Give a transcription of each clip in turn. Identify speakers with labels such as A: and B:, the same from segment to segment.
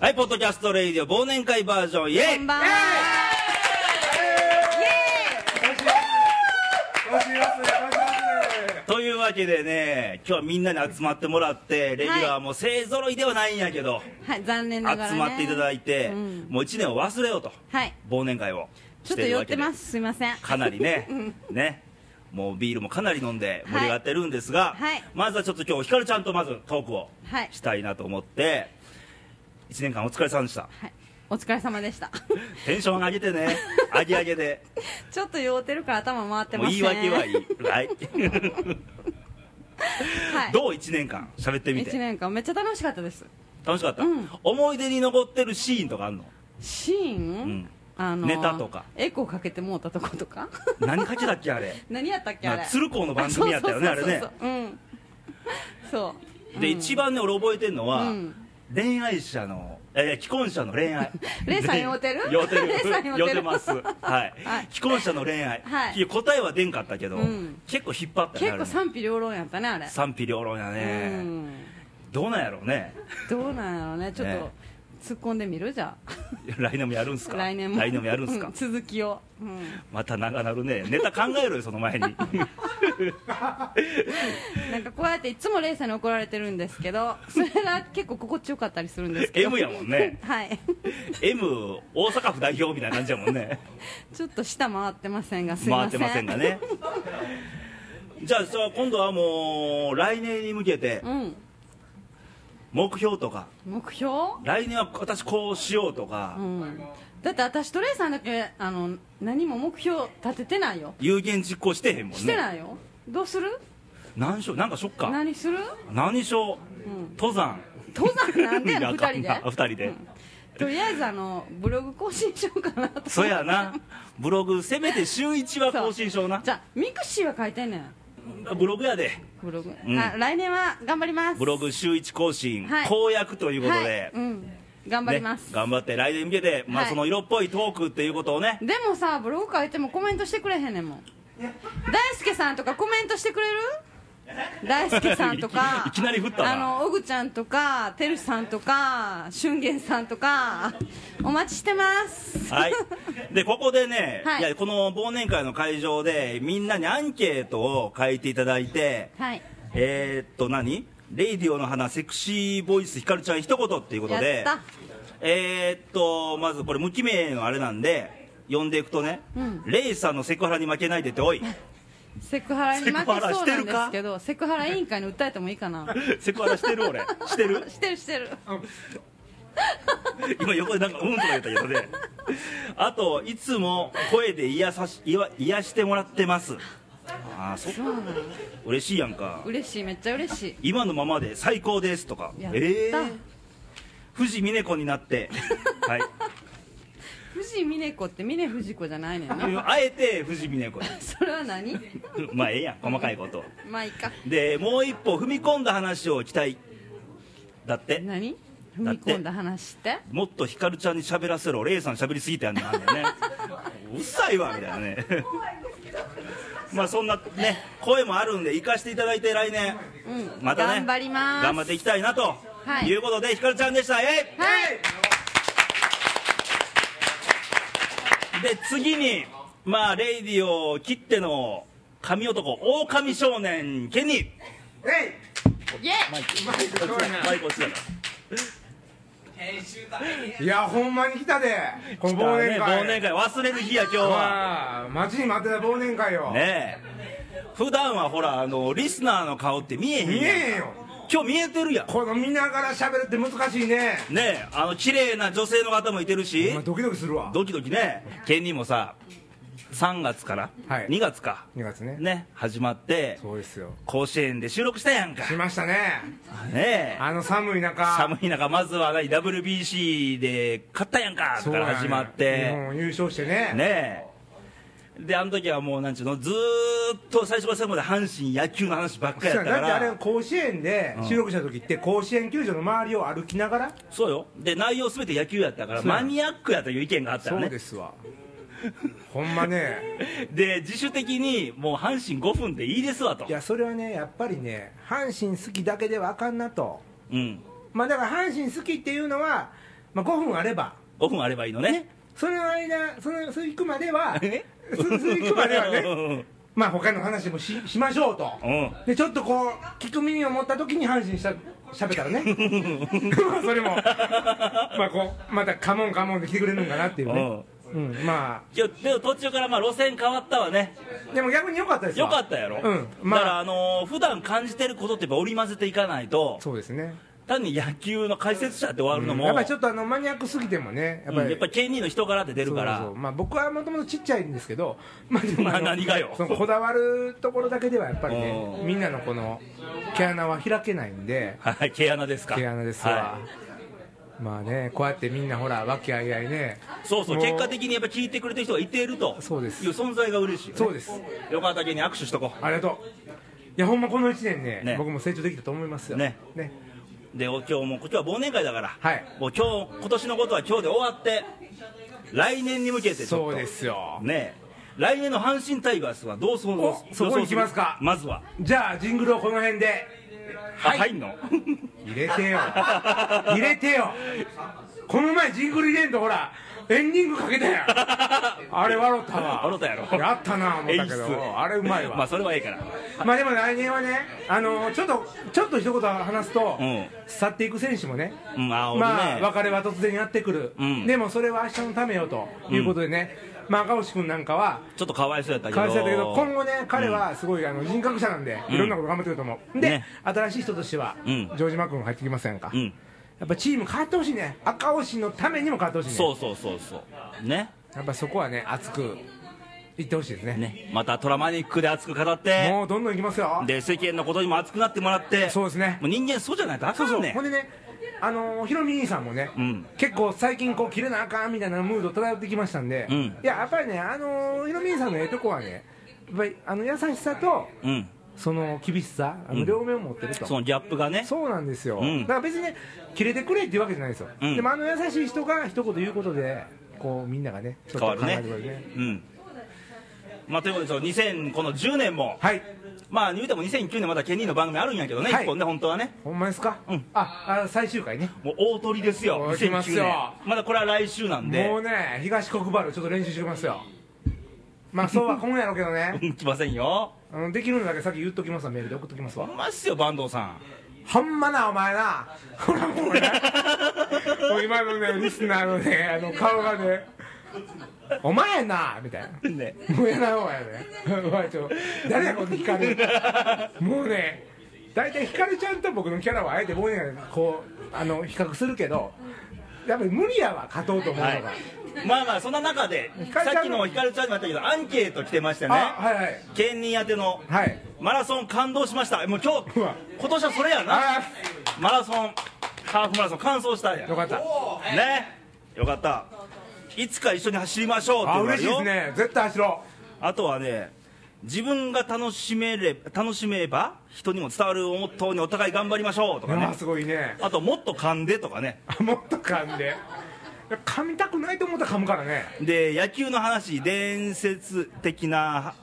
A: はい、ポッドキャストレイディオ忘年会バージョン、イェイ
B: こんばんは
A: というわけでね、今日はみんなに集まってもらって、レギュラーも勢ぞろいではないんやけど、
B: はい、残念ながら、ね、
A: 集まっていただいて、
B: うん
A: もう1年を忘れようと、
B: はい
A: 忘年会を
B: ち
A: し
B: ょっと
A: てる
B: 寄っ
A: わけ
B: て
A: で、
B: ますすいません
A: かなり ね、ね、もうビールもかなり飲んで盛り上がってるんですが、
B: はい
A: まずはちょっと今日、ひかるちゃんとまずトークを
B: はい
A: したいなと思って、1年間お疲れさんでした。
B: はい、お疲れ様でした
A: テンション上げて ね、上げ上げで。
B: ちょっと酔ってるから頭回って
A: もう
B: ま
A: 言
B: す
A: い
B: ね
A: 訳 はいい。はい。
B: は い
A: どう1年間喋ってみ
B: 1
A: て。
B: 年間めっちゃ楽しかったです
A: 楽しかった、
B: うん
A: 思い出に残ってるシーンとかあん の
B: シー
A: う
B: ン、
A: ん
B: あのー
A: ネタとか
B: エコーかけてもうたとことか
A: 何書けたっけあれ。
B: 何やったっけあれ
A: な鶴光の番組やったよね
B: あそうそうそう
A: あ
B: そううんそう
A: で、
B: うん
A: 一番ね、俺覚えてるのは、
B: うん。
A: 恋愛者の、えー、既婚者の恋愛
B: レイさん酔うてる
A: 酔うてる
B: レイさん酔うてる
A: 酔うてます。はい
B: はい。
A: 既婚者の恋愛。
B: はい
A: 答えは出んかったけど、
B: うん
A: 結構引っ張ったよ
B: 結
A: ねあ
B: 構
A: れね
B: 賛否両論やったねあれ
A: 賛否両論やね、
B: うん
A: どうなんやろうね
B: どうなんやろうねちょっと、
A: ね
B: 突っ込んでみるじゃあ
A: 来年もやるんすか
B: 来年も
A: 来年もやるんすか、
B: う続きを、うん
A: また長なるねネタ考えろよその前 に
B: なんかこうやっていつもレイさんに怒られてるんです けどそれが結構心地よかったりするんですけど
A: M やもんね
B: はい
A: M 大阪府代表みたいな感じやもんね
B: ちょっと下回ってませんがすい
A: 回
B: ま
A: って
B: せん
A: ませんがね じゃあさあ今度はもう来年に向けて
B: うん
A: 目標とか
B: 目標、
A: 来年は私こうしようとか、
B: うん、だって私とレイさんだけあの何も目標立ててないよ
A: 有言実行してへんもんね
B: してないよどうする
A: 何しようなんかしよっか
B: 何する
A: 何しよう、登山
B: 登山なんで
A: いや
B: 2人で
A: あかん な二人で
B: うんとりあえずあのブログ更新しようかなと
A: そやなブログせめて週1は更新しような
B: じゃあミクシーは書いてんねん
A: ブログやで
B: ブログ、
A: うん
B: あ来年は頑張ります
A: ブログ週1更新、
B: はい
A: 公約ということで、
B: はいうん、頑張ります、
A: ね、頑張って来年に向けて、まあ、
B: はい
A: その色っぽいトークっていうことをね
B: でもさブログ書いてもコメントしてくれへんねんもん大輔さんとかコメントしてくれる大輔さんとか
A: いきなりいきなり振ったな
B: あのオグちゃんとかてるさんとか俊元さんとかお待ちしてます
A: はいでここでね、
B: はい
A: い、やこの忘年会の会場でみんなにアンケートを書いていただいて
B: はい
A: えー、っと何レイディオの花セクシーボイスひかるちゃん一言っていうこと
B: や
A: で
B: った
A: えー、っとまずこれ無記名のあれなんで読んでいくとね、
B: うん
A: レイさんのセクハラに負けないでって おい
B: セクハラに負けそうなんですけ
A: セ
B: どセクハラ委員会に訴えてもいいかな
A: セクハラしてる俺してる
B: してるしてる
A: 今横でなんかうんとか言ったけどねあといつも声で癒さし癒癒してもらってますああそっか
B: そうなの
A: 嬉しいやんか
B: 嬉しいめっちゃ嬉しい
A: 今のままで最高ですとか
B: やった
A: ええー、藤峰子になって はい
B: 藤井峰子って峰藤子じゃないねんな
A: あえて藤峰子に
B: それは何
A: まあええやん細かいこと
B: まあいいか
A: でもう一歩踏み込んだ話を期待だって
B: 何踏み込んだ話って
A: もっとひかるちゃんに喋らせろレイさん喋りすぎてやんねんあんね んねうっさいわみたいなねまあそんなね声もあるんで生かしていただいて来年
B: うん
A: またね
B: 頑張ります
A: 頑張っていきたいなと、、
B: はいいう
A: ことでひかるちゃんでしたえ
B: はい
A: いで次にまあレイディオ切っての神男狼少年ケニー
B: イエイ
A: マイク落ちたから
C: いやほんまに来たでこの忘年
A: だからね
C: 会
A: 忘年会忘れる日や今日は
C: ああ待ちに待ってた忘年会よ、
A: ねえ普段はほらあのリスナーの顔って見えへんやん
C: 見えへんよ
A: 今日見えてるやん
C: この見ながら喋るって難しいね
A: ねえあの綺麗な女性の方もいてるし
C: お前ドキドキするわ
A: ドキドキねケニーもさ3月から、
C: はい
A: 2月か
C: 2月ね
A: ね始まって
C: そうですよ
A: 甲子園で収録したやんか
C: しましたね
A: ねえ
C: あの寒い中
A: 寒い中まずは何 WBC で勝ったやんか
C: そう
A: か
C: や
A: ら
C: ね
A: 始まっ
C: 日
A: て
C: 本優勝してね
A: ねえであの時はもうなんちゅうのずーっと最初から最後まで阪神野球の話ばっか
C: そ
A: り
C: う
A: や
C: や
A: った
C: だ
A: か
C: ってあれ
A: ら
C: 甲子園で収録した時って甲子園球場の周りを歩きながら
A: そうよで内容全て野球やったから
C: そうや
A: マニアックやという意見があったよね
C: すわほんまね
A: で自主的にもう阪神5分でいいですわと
C: いやそれはねやっぱりね阪神好きだけではあかんなと
A: うん
C: まあだから阪神好きっていうのはまあ、5分あれば
A: 5分あればいいのね
C: その間そのそれ行くまでは
A: え
C: そそれ行くまではね
A: ね
C: まあ他の話もししましょうと
A: うん
C: でちょっとこう聞く耳を持った時に阪神した喋った らねまあそれもまあこうまたカモンカモンで来てくれるんかなっていうねうんま
A: いやでも途中からまあ路線変わったわね
C: あでも逆に良かったです
A: よ
C: わ
A: かったやろ、
C: うんまあ
A: だからあのー普段感じてることってやっぱ織り交ぜていかないと
C: そうですね
A: 単に野球の解説者って終わるのも、
C: やっぱりちょっとあのマニアックすぎてもねやっぱ
A: うん
C: り、
A: やっぱり県人の人柄って出るから
C: そうそうまあ、僕はもともとちっちゃいんですけど、まあ、でも
A: まあ
C: の
A: 何がよ
C: そのこだわるところだけではやっぱりね
A: うん
C: みんなのこの毛穴は開けないんで
A: はい毛穴ですか
C: 毛穴ですわ、まあねこうやってみんなほら和気あいあいね
A: い、そうそう
C: もう
A: 結果的にやっぱ聞いてくれてる人がいていると
C: そうです
A: いう存在が嬉しいよね
C: そうです
A: よかったけに握手しとこ
C: ありがとういやほんまこの1年ね
A: ね
C: 僕も成長できたと思いますよ
A: ね
C: ね
A: うでお今日も今日は忘年会だから、
C: はい
A: もう今日今年のことは今日で終わって来年に向けてちょっと
C: そうですよ
A: ねえ来年の阪神タイガースはどう想像す
C: おそこ
A: 予想
C: 行きますか
A: まずは
C: じゃあジングルをこの辺で
A: はい、入んの
C: 入れてよ入れてよこの前ジングル入れんとほらエンディングかけたやんあれ笑ったわ
A: 笑ったやろ
C: やったな思ったけどあれうまいわ、
A: ま
C: ま
A: あそれはいいから
C: あ、でも来年はねあのちょっとちょっと一言話すと、
A: うん
C: 去っていく選手もね
A: うんあ俺ね、
C: まあ別れは突然やってくる、
A: うん
C: でもそれは明日のためよということでね、まあ赤星君なんかは
A: ちょっとかわいそうやったけど
C: 会社だけど今後ね彼はすごいあの人格者なんで、いろんなこと頑張ってくると思うで、
A: ね
C: 新しい人としては、
A: うん
C: 城島君入ってきませんか、
A: うん
C: やっぱチーム変わってほしいね赤星のためにも変わってほしいね
A: そうそうそうそうね
C: やっぱそこはね熱くいってほしいですね
A: ねまたトラマニックで熱く語って
C: もうどんどんいきますよ
A: で世間のことにも熱くなってもらって
C: そうですね
A: もう人間そうじゃないとあか
C: そうんそう
A: ね
C: ほんでねあのーひろみ兄さんもね、
A: うん
C: 結構最近こう切れなあかんみたいなムード漂ってきましたんで、
A: うん
C: いややっぱりねあのーひろみ兄さんのええとこはねやっぱりあの優しさと
A: うん
C: その厳しさあの両面を持ってると、
A: そのギャップがね
C: そうなんですよ、
A: うん
C: だから別にね切れてくれっていうわけじゃないですよ、
A: うん
C: でもあの優しい人が一言言うことでこうみんながねちょっ
A: 変わ
C: と
A: るね
C: 考えてくれるね
A: うんまあということでその2000この10年も、
C: はい
A: まあ言うても2009年まだケニーの番組あるんやけどね、
C: はい
A: 一本ね本当はね
C: ほんまですか、
A: うん
C: ああ最終回ね
A: もう大鳥ですよ
C: おー来
A: 2009
C: ます
A: 年
C: よ
A: まだこれは来週なんで
C: もうね東国原ちょっと練習してますよまあそうは今夜やろうけどね
A: うん来ませんよ
C: あのできるのだけさっき言っときますわメールで送っときますわ
A: ほんまっすよ坂東さん
C: ほんまなお前なほらもうねもう今のねリスナーのねあの顔がねお前やなみたい な
A: ね
C: もうやなお前やねお前ちょ 誰やこのヒカルもうね大体ヒカルちゃんと僕のキャラはあえて僕にはこうあの比較するけどやっぱり無理やわ勝とうと思うのが、
A: はいまあまあそんな中で
C: ひかるち
A: さっ
C: ゃんの
A: きのひかるちゃんにもあったけどアンケート来てました
C: あ
A: ね
C: はいはい
A: 県人宛ての
C: はい
A: マラソン感動しましたもう今日
C: うわ
A: 今年はそれやな
C: あ
A: マラソンハーフマラソン完走したんや
C: ーよかった
A: ねよかったいつか一緒に走りましょうって
C: あ
A: 言われ
C: 嬉し
A: る
C: い
A: よ
C: ですね絶対走ろ
A: あとはね自分が楽しめれ楽しめば人にも伝わるをモットーにお互い頑張りましょうと
C: う
A: か
C: いや
A: ね
C: ーすごいね
A: あともっと噛んでとかね
C: あもっと噛んでいや噛みたくないと思ったら噛むからね
A: で野球の話伝説的な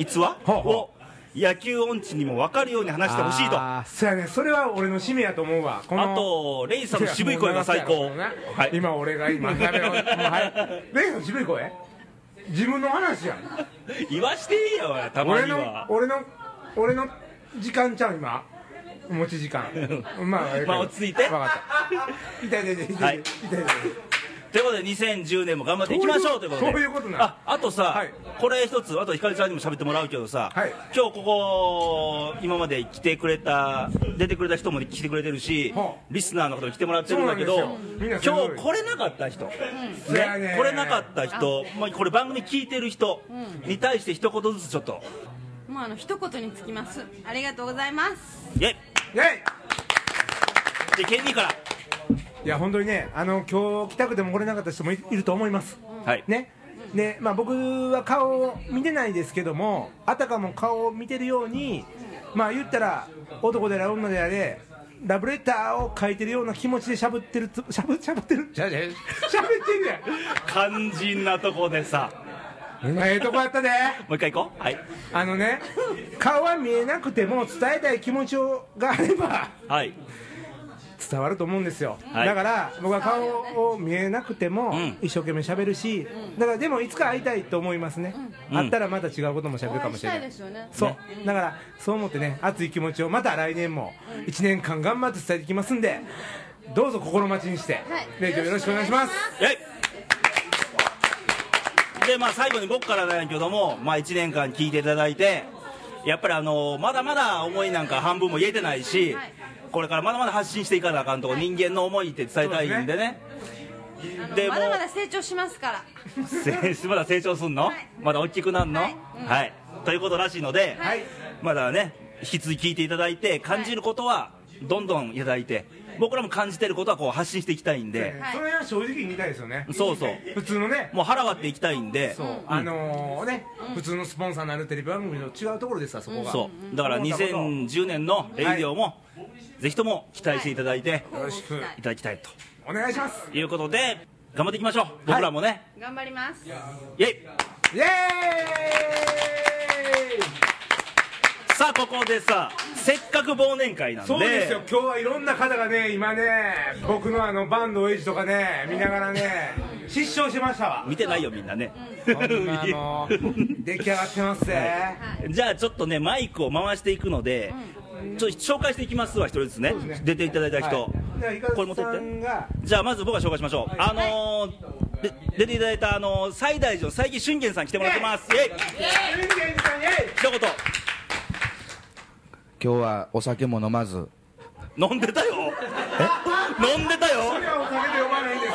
A: 逸話
C: ほうほう
A: を野球音痴にも分かるように話してほしいとあ
C: あーそうやねそれは俺の使命やと思うわこの
A: とレイさんの渋い声が最
C: い
A: 高
C: やもう流すやろ
A: はい
C: 今俺が今誰 をはいレイさんの渋い声自分の話やん
A: 言わしていいよおいたま
C: 俺
A: に
C: の
A: は
C: 俺の俺の時間ちゃう今持ち時間まあええけ ど
A: まあ落ち着いて
C: わかった痛い痛い痛い痛い
A: はい
C: 痛い痛い
A: ということで2010年も頑張っていきましょうということで
C: そういうことな
A: ああとさ、
C: はい
A: これ一つあとひかりちゃんにも喋ってもらうけどさ、
C: はい
A: 今日ここ今まで来てくれた出てくれた人も来てくれてるし
C: はあ
A: リスナーの方も来てもらってるんだけ
C: そう
A: ど
C: なんですよみん
A: 今
C: なすごい
A: 日これなかった人、
C: そうやね
A: ね、これなかった人、まあ、これ番組聞いてる人に対して一言ずつちょっと
B: もうあの一言につきますありがとうございます
A: イェイ
C: イェイ
A: でケンニーから
C: いや本当にねあの今日来たくても来れなかった人もいいると思います、
A: はい
C: ねねまあ、僕は顔を見てないですけどもあたかも顔を見てるようにまあ言ったら男であれ女であれラブレターを書いてるような気持ちでしゃぶってるつしゃぶしゃぶってるしゃぶ ってる
A: 肝心なとこでさ
C: やんええとこやったで
A: もう一回行こうはい
C: あのね顔は見えなくても伝えたい気持ちをがあれば
A: はい
C: 伝わると思うんですよ、
A: はい
C: だから僕は顔を見えなくても
A: ん
C: 一生懸命喋るし、だからでもいつか会いたいと思いますね、
A: うん
C: 会ったらまた違うことも喋
B: お
C: るか
B: 会い
C: も
B: し
C: しれ
B: た
C: ないい
B: ですよね
C: そう、だからそう思ってね熱い気持ちをまた来年も1年間頑張って伝えていきますんでどうぞ心待ちにして、
B: はい
C: レイジよろしくお願いします
A: えいでまあ最後に僕からなんやけども、まあ、1年間聞いていただいてやっぱりあのまだまだ思いなんか半分も言えてないし、
B: はい
A: これからまだまだ発信していかなあかんとこ、人間の思いって伝えたいんでね
B: あの
A: でも
B: まだまだ成長しますから
A: せまだ成長すんの、
B: はい
A: まだ大きくなるの、
B: は
A: はいい
B: うん
A: ということらしいので、
C: はい
A: まだね引き続き聞いていただいて感じることはどんどんいただいて僕らも感じてることはこう発信していきたいんで、
B: はい
C: それは正直に言いたいですよね
A: そうそう
C: 普通のね
A: もう腹割っていきたいんで
C: そう、
A: ん
C: あのね、普通のスポンサーになるテレビ番組と違うところですわそこが、
A: そうだから
C: 思ったことを
A: 2010年のレイディオも、ぜひとも期待していただいて、
C: よろしく
A: い、ただきたいと
C: お願いします
A: いうことで頑張っていきましょう僕らもね、
B: 頑張ります
A: イエイ
C: イエーイ
A: さあここでさせっかく忘年会なんで
C: そうですよ、今日はいろんな方がね、今ね、僕のあのバンドエイジとかね、見ながらね、失笑しましたわ。
A: 見てないよみんなね、
C: ほんまあの 出来上がってますぜ。
A: じゃあちょっとねマイクを回していくので、ちょっと紹介していきますわ一人ずつね
C: ね
A: 出ていただいた人、
C: はい、
A: これ持って
C: さ
A: って
C: んが、
A: じゃあまず僕が紹介しましょう、あのーで出ていただいた、あのー、西大寺の佐伯俊玄さん来てもらってます、イエイ
C: ユンケンさんへ
A: 一言
D: 今日はお酒も飲まず
A: 飲んでたよ飲んでたよ
C: これはお酒で呼ばないんです。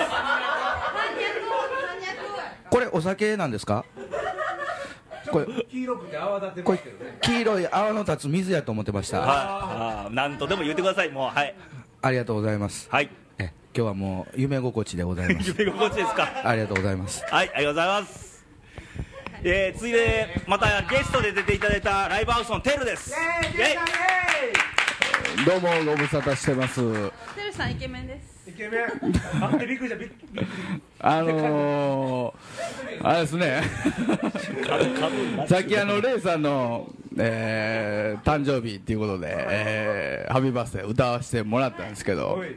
D: これお酒なんですかこれ
C: 黄色くて泡立て
D: こ
C: ま
D: れ
C: すけどね。
D: 黄色い泡の立つ水やと思ってました
A: はいあー、なんとでも言ってくださいもうはい
D: ありがとうございます
A: はい
D: え今日はもう夢心地でございます
A: 夢心地ですか
D: ありがとうございます
A: はいありがとうございますえー、続いてまたゲストで出ていただいたライブハウスのテルです
C: えー、
A: イエ
C: ケンさんへ
E: どうもご無沙汰してます
B: てるさんイケメンです
C: イケメン。あ、びっくりした、びっくり。
E: あのー、あれですねさっきあのレイさんの、えー誕生日っていうことで、えーハッピーバースデー歌わせてもらったんですけど
C: おい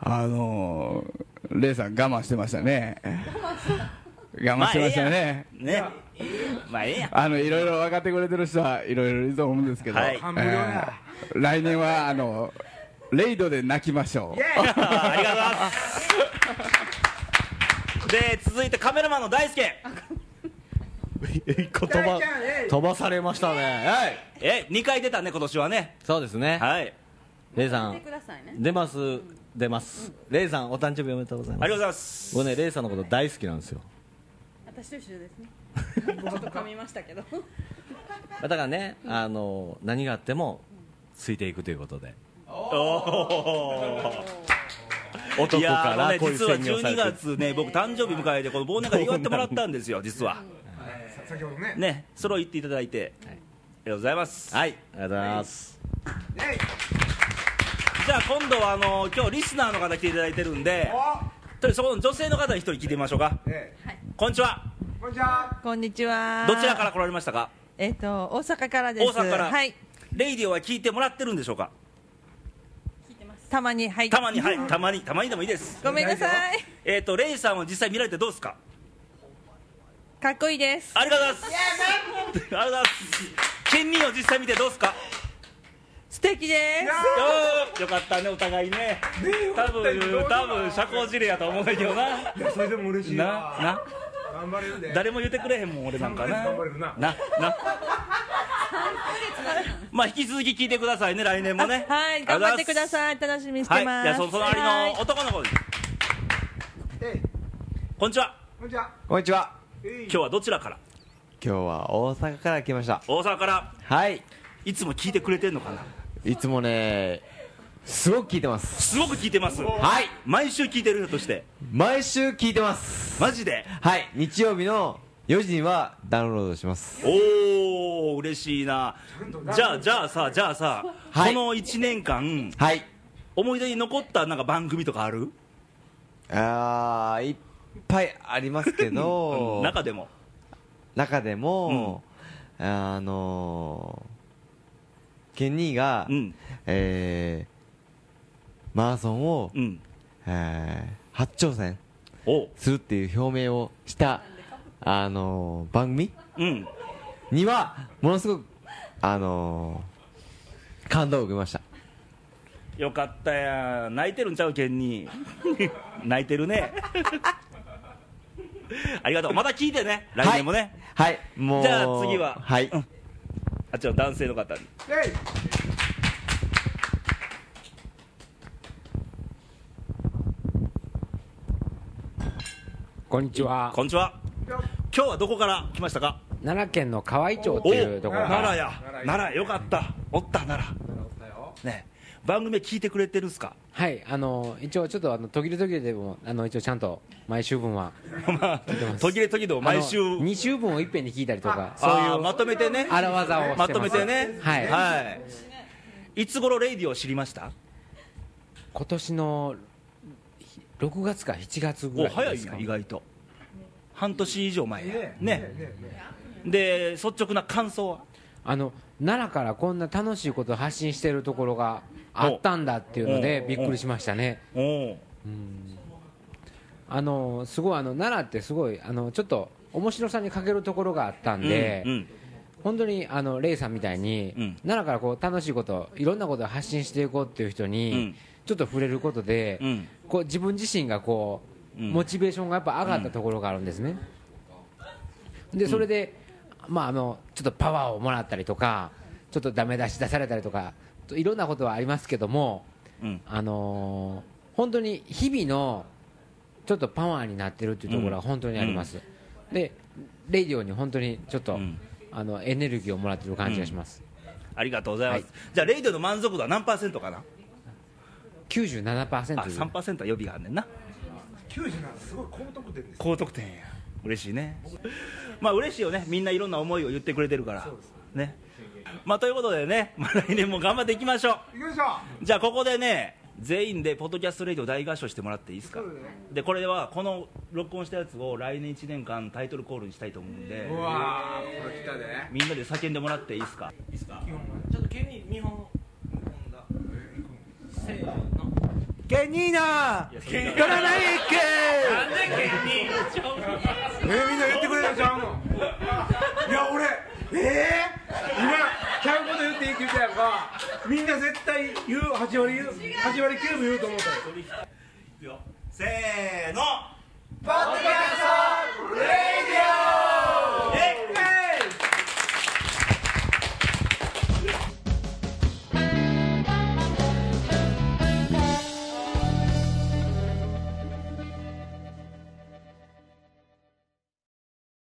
E: あのー、レイさん我慢してましたね我慢してましたね
A: イねまあええやん
E: あのいろいろ分かってくれてる人はいろいろいると思うんですけど、
A: はい
C: 半分よな
E: えー来年はあのレイドで泣きましょう
C: イエーイ
A: あありがとうございますで続いてカメラマンの大輔
F: 言葉
C: 大ちゃんへ
F: 飛ばされましたねはい
A: え二2回出たね今年はね
F: そうですね
A: はい
F: レイさ
B: 見
F: ん
B: てくださいね
F: 出ます出ますレイさんお誕生日おめでとうござい
A: あ
F: ま
A: りがとうご
F: す
A: ざいます
F: 僕ねレイさんのこと大好きなんですよ
B: 私と一緒ですねちょっと噛みましたけど
F: だからねあの何があってもついていくということで
A: おー
F: 男
A: いや
F: か
A: ーあの
F: ら
A: ね
F: こういう
A: 実は
F: 宣言をさ
A: 12
F: れてる
A: 月ね僕誕生日迎えてこの忘年会で祝ってもらったんで すよ実は
C: 先ほどね。
A: ねそれを言っていただいて、ありがとうございます、
F: はいありがとうございます
C: えい
A: じゃあ今度はあの今日リスナーの方来ていただいてるんでとりあえずそこの女性の方に一人聞いてみましょうか
C: おえ
A: こんにちはい
C: こんにちは。
G: こんにちは。
A: どちらから来られましたか
G: えっ、と大阪からです。
A: 大阪から
G: はい。
A: レイディオは聞いてもらってるんでしょうか
G: たまにはい。
A: たまにはいたまにたまにでもいいです
G: ごめんなさい。
A: えっ、とレイさんは実際見られてどうですか
G: かっこいいです。
A: ありがとうございますありがとうございます 県民を実際見てどうですか
G: 素敵です。
A: よーよかったねお互いね
C: ねえよか
A: 多
C: った
A: 分
C: よ
A: 多分社交辞令やと思うんだけどない
C: やそれでも嬉しい
A: な
C: わ。
A: な
C: 頑張れるで。
A: 誰も言ってくれへんもん俺なんかな
C: 頑張れるな
A: ななまあ引き続き聞いてくださいね来年もね
G: あはい。頑張ってくだ
A: い
G: さい。楽しみにし
A: は
G: て
A: いじ
G: ます。
A: ゃあその隣
G: はい
A: の男の子です
C: えい
A: こんにちは
C: こんにちは。
H: こんにちは
C: えい
A: 今日はどちらから
H: 今日は大阪から来ました
A: 大阪から
H: はい
A: いつも聞いてくれてんのかない
H: つもねすごく聞いてます
A: すごく聞いてます
H: はい
A: 毎週聞いてる人として
H: 毎週聞いてます
A: マジで
H: はい日曜日の4時にはダウンロードします
A: おお嬉しいなじゃあじゃあさじゃあさ、
H: はい
A: この1年間
H: はい
A: 思い出に残ったなんか番組とかある
H: あーいっぱいありますけど
A: 中でも
H: 中でも、あのケンニーが、
A: うん
H: えーマラソンを、
A: うん
H: えー初挑戦
A: お
H: するっていう表明をした、あのー番組
A: うん
H: には、ものすごく、あのー感動を受けました。
A: よかったやん泣いてるんちゃうけんに 泣いてるね ありがとうまた聞いてね来年もね、
H: はい、はい、もう。
A: じゃあ次は
H: はい。
A: うんあっちの男性の方に
C: えい
I: こんにちは。
A: こんにちは今日はどこから来ましたか
I: 奈良県の河合町っていうところから
A: 奈良や奈良よかったおった奈良ね番組聞いてくれてるっすか
I: はい、あの一応ちょっとあの途切れ途切れでもあの一応ちゃんと毎週分は
A: まあ
I: ます
A: 途切れ途切れを毎週
I: あの二週分を一遍に聞いたりとか、そう
A: あ
I: い
A: ー
I: う
A: まとめてね
I: 荒技をしてま
A: ますとめてね
I: はい
A: い、いつ頃レイディを知りました
I: 今年のひ6月か7月ぐ
A: お
I: らい
A: 早
I: で
A: い
I: す
A: な
I: か。
A: 意外と半年以上前やねで率直な感想は
I: あの奈良からこんな楽しいことを発信しているところがあったんだっていうので
A: お
I: びっくりしましたね。
A: おお
I: あのすごいあの奈良ってすごいあのちょっと面白さに欠けるところがあったんで。
A: うん
I: 本当にあのレイさんみたいに、
A: うん
I: 奈良からこう楽しいこといろんなことを発信していこうっていう人に、
A: うん
I: ちょっと触れることで、
A: うん
I: こう自分自身がこう、
A: うん
I: モチベーションがやっぱ上がったところがあるんですね、でそれで、まあ、あのちょっとパワーをもらったりとかちょっとダメ出し出されたりとかといろんなことはありますけども、
A: うん
I: あのー本当に日々のちょっとパワーになってるっていうところは本当にあります、でレイディオに本当にちょっと、
A: ん
I: あのエネルギーをもらってる感じがします、
A: ありがとうございます、
I: は
A: じゃあレイディオの満足度は何パーセントかな
I: 97%
A: あ
I: という
A: 3%は予備があんねんな
C: 97すごい高得点です
A: 高得点や嬉しいねまあ嬉しいよねみんないろんな思いを言ってくれてるからねまあということでね、まあ、来年も頑張っていきましょ
C: 行きましょう
A: うじゃあここでね全員でポッドキャストレディオ大合唱してもらっていいですかでこれはこの録音したやつを来年1年間タイトルコールにしたいと思うんで
C: わあこれ来たで
A: みんなで叫んでもらっていいですか
C: ケニーナガラナイッケなんでケニーえみんな言ってくれたちゃうのいや俺えー、今ちゃうこと言っていいって言ったやんかみんな絶対言う8割言う8割9分言うと思ったよ
A: せーの
C: ポッドキャスト